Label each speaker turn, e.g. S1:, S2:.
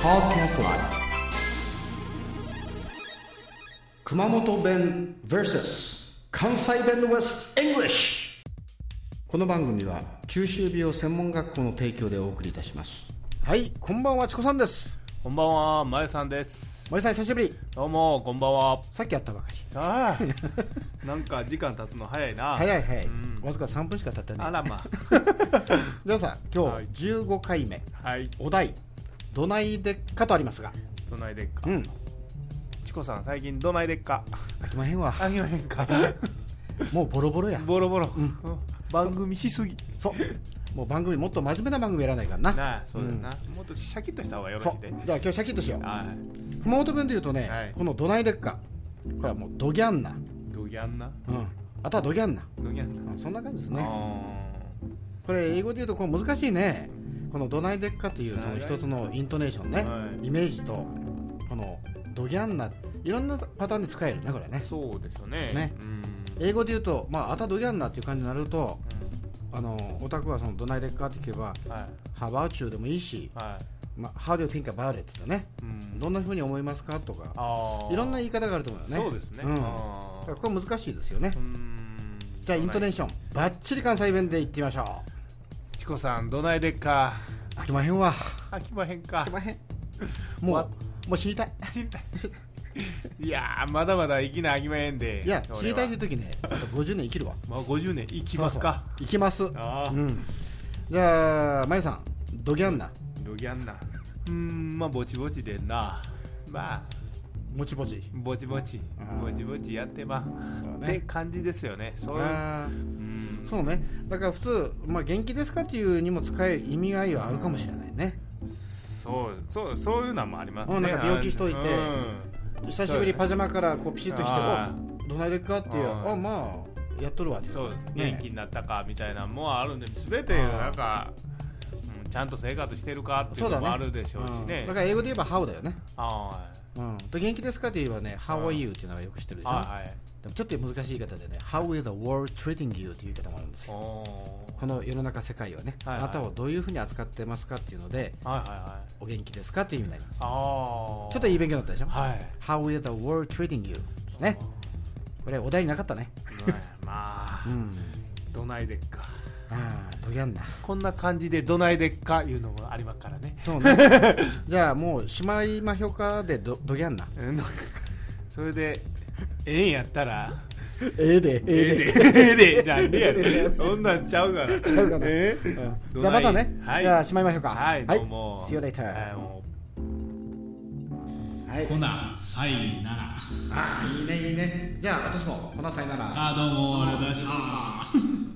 S1: Podcast Live 熊本弁 vs 関西弁 vs English この番組は九州美容専門学校の提供でお送りいたしますはいこんばんはチコさんです
S2: こんばんは、まゆさんです。
S1: 森さん久しぶり
S2: どうも、こんばんは。
S1: さっきやったばかり
S2: ああ、なんか時間経つの早いな。
S1: 早い早い、
S2: うん
S1: わずか3分しか経ってな
S2: あ
S1: い
S2: らま。
S1: じゃあさ今
S2: はい
S1: 日15回目、
S2: はい、
S1: お題どないでっかとありますが
S2: どないでっか
S1: う。ん
S2: チコさん、最近どないでっか。
S1: 飽きまへんわ
S2: あげまへんか。
S1: もうボロボロや
S2: ボロボロ。番組しすぎ。
S1: そうもう番組もっと真面目な番組やらないからな
S2: なあ、そうだな。もっとシャキッとした方がよろ
S1: そ
S2: しいうで。
S1: じゃあ今日シャキッとしよう
S2: はい。
S1: 熊本弁で言うとね、
S2: はい
S1: このどないでっかこれはもうドギャンナ、
S2: ドギャンな。
S1: うん、あとはドギャンナ、
S2: ドギャン
S1: うんそんな感じです
S2: な。
S1: ねこれ英語で言うとこう難しいねこのどないでっかっていうその一つのイントネーションね、
S2: はい
S1: イメージとこのドギャンナいろんなパターンで使えるねこれ
S2: あ
S1: ね
S2: ーそうですよね。
S1: ね
S2: うん。
S1: 英語で言うと、まあ、あたドギャンナっていう感じになると
S2: う
S1: あのオタクはそのどないでっかって聞けば
S2: んはい。
S1: 「How about you?」でもいいし
S2: は
S1: 「まあ、How do you think about it?」ってね
S2: い。うん。
S1: どんなふうに思いますかとか
S2: ああ。
S1: いろんな言い方があると思うよね
S2: そうですね。
S1: うんだ
S2: あ
S1: か
S2: ー
S1: らこれ難しいですよね
S2: うん
S1: じゃあイントネー
S2: シ
S1: ションバッチリ関西弁でいってみましょ
S2: ョンチコさんどないでっか
S1: う飽きまへんわ
S2: 飽きまへんか
S1: まへんも
S2: わ
S1: うもう知りたい
S2: 知りたい いやーまだまだ生きな飽きまへんで
S1: いや
S2: 俺は
S1: 知りたいって時ねあと50年生きるわ
S2: まあ50年生きますか
S1: 生きます
S2: ああ
S1: うんじゃあまゆさんドギャンな
S2: どぎゃんなうーんまあぼちぼちでんなまあ
S1: もちぼち
S2: ぼちぼち
S1: うん
S2: ぼちぼちやってま
S1: う
S2: っ
S1: ね
S2: て感じですよねそういう
S1: あ
S2: う
S1: ー
S2: ん
S1: そうねだから普通まあ元気ですかっていうにも使え意味合いはあるかもしれないね
S2: そうそうそういうのもあります
S1: う
S2: ね
S1: んなんか病気しといて
S2: うん
S1: 久しぶりパジャマからこうピシッときて
S2: あ
S1: おどないでっかっていう
S2: あー
S1: あまあやっとるわって
S2: そう
S1: ね
S2: 元気になったかみたいなのもあるんで全てなんか、うん、ちゃんと生活してるかってい
S1: そう
S2: う
S1: だ
S2: の
S1: ね
S2: もあるでしょうしね
S1: んだから英語で言えば How だよね
S2: は
S1: うん、と元気ですかって言えばね、How are you っていうのはよく知ってる
S2: い
S1: でしょ、
S2: はいはい
S1: でもちょっと難しい言い方でね、How is the world treating you っていう言い方もあるんですよ。
S2: おー
S1: この世の中、世界はね、
S2: はいはい
S1: あなたをどういうふうに扱ってますかっていうので、
S2: はいはいはい
S1: お元気ですかっていう意味になります。
S2: ああ
S1: ちょっといい勉強だったでしょ、
S2: はい、
S1: ?How is the world treating you ですね。これ、お題になかったね。
S2: ま
S1: う
S2: あ
S1: ん。
S2: どないでっか
S1: ああ、どぎゃんな。
S2: こんな感じでどないでっかいうのもありますからね
S1: そう ね。じゃあ、もう、しまいまひょかでどどぎゃんな。
S2: うん それでええんやったら
S1: ええで、
S2: ええで。 ええでなんでやねんそんなんちゃうがな
S1: ちゃうかな
S2: え
S1: うんじゃ
S2: ど
S1: あ
S2: な
S1: ま
S2: い
S1: たね、
S2: はい
S1: じゃあしまいましょうか
S2: はい、どうも。
S1: See you later
S2: はいも
S1: はい、
S3: ほな、サインなら。
S1: ああいいねいいねじゃあ私もほなさいなら
S3: あ、どうも、ありがとうございました。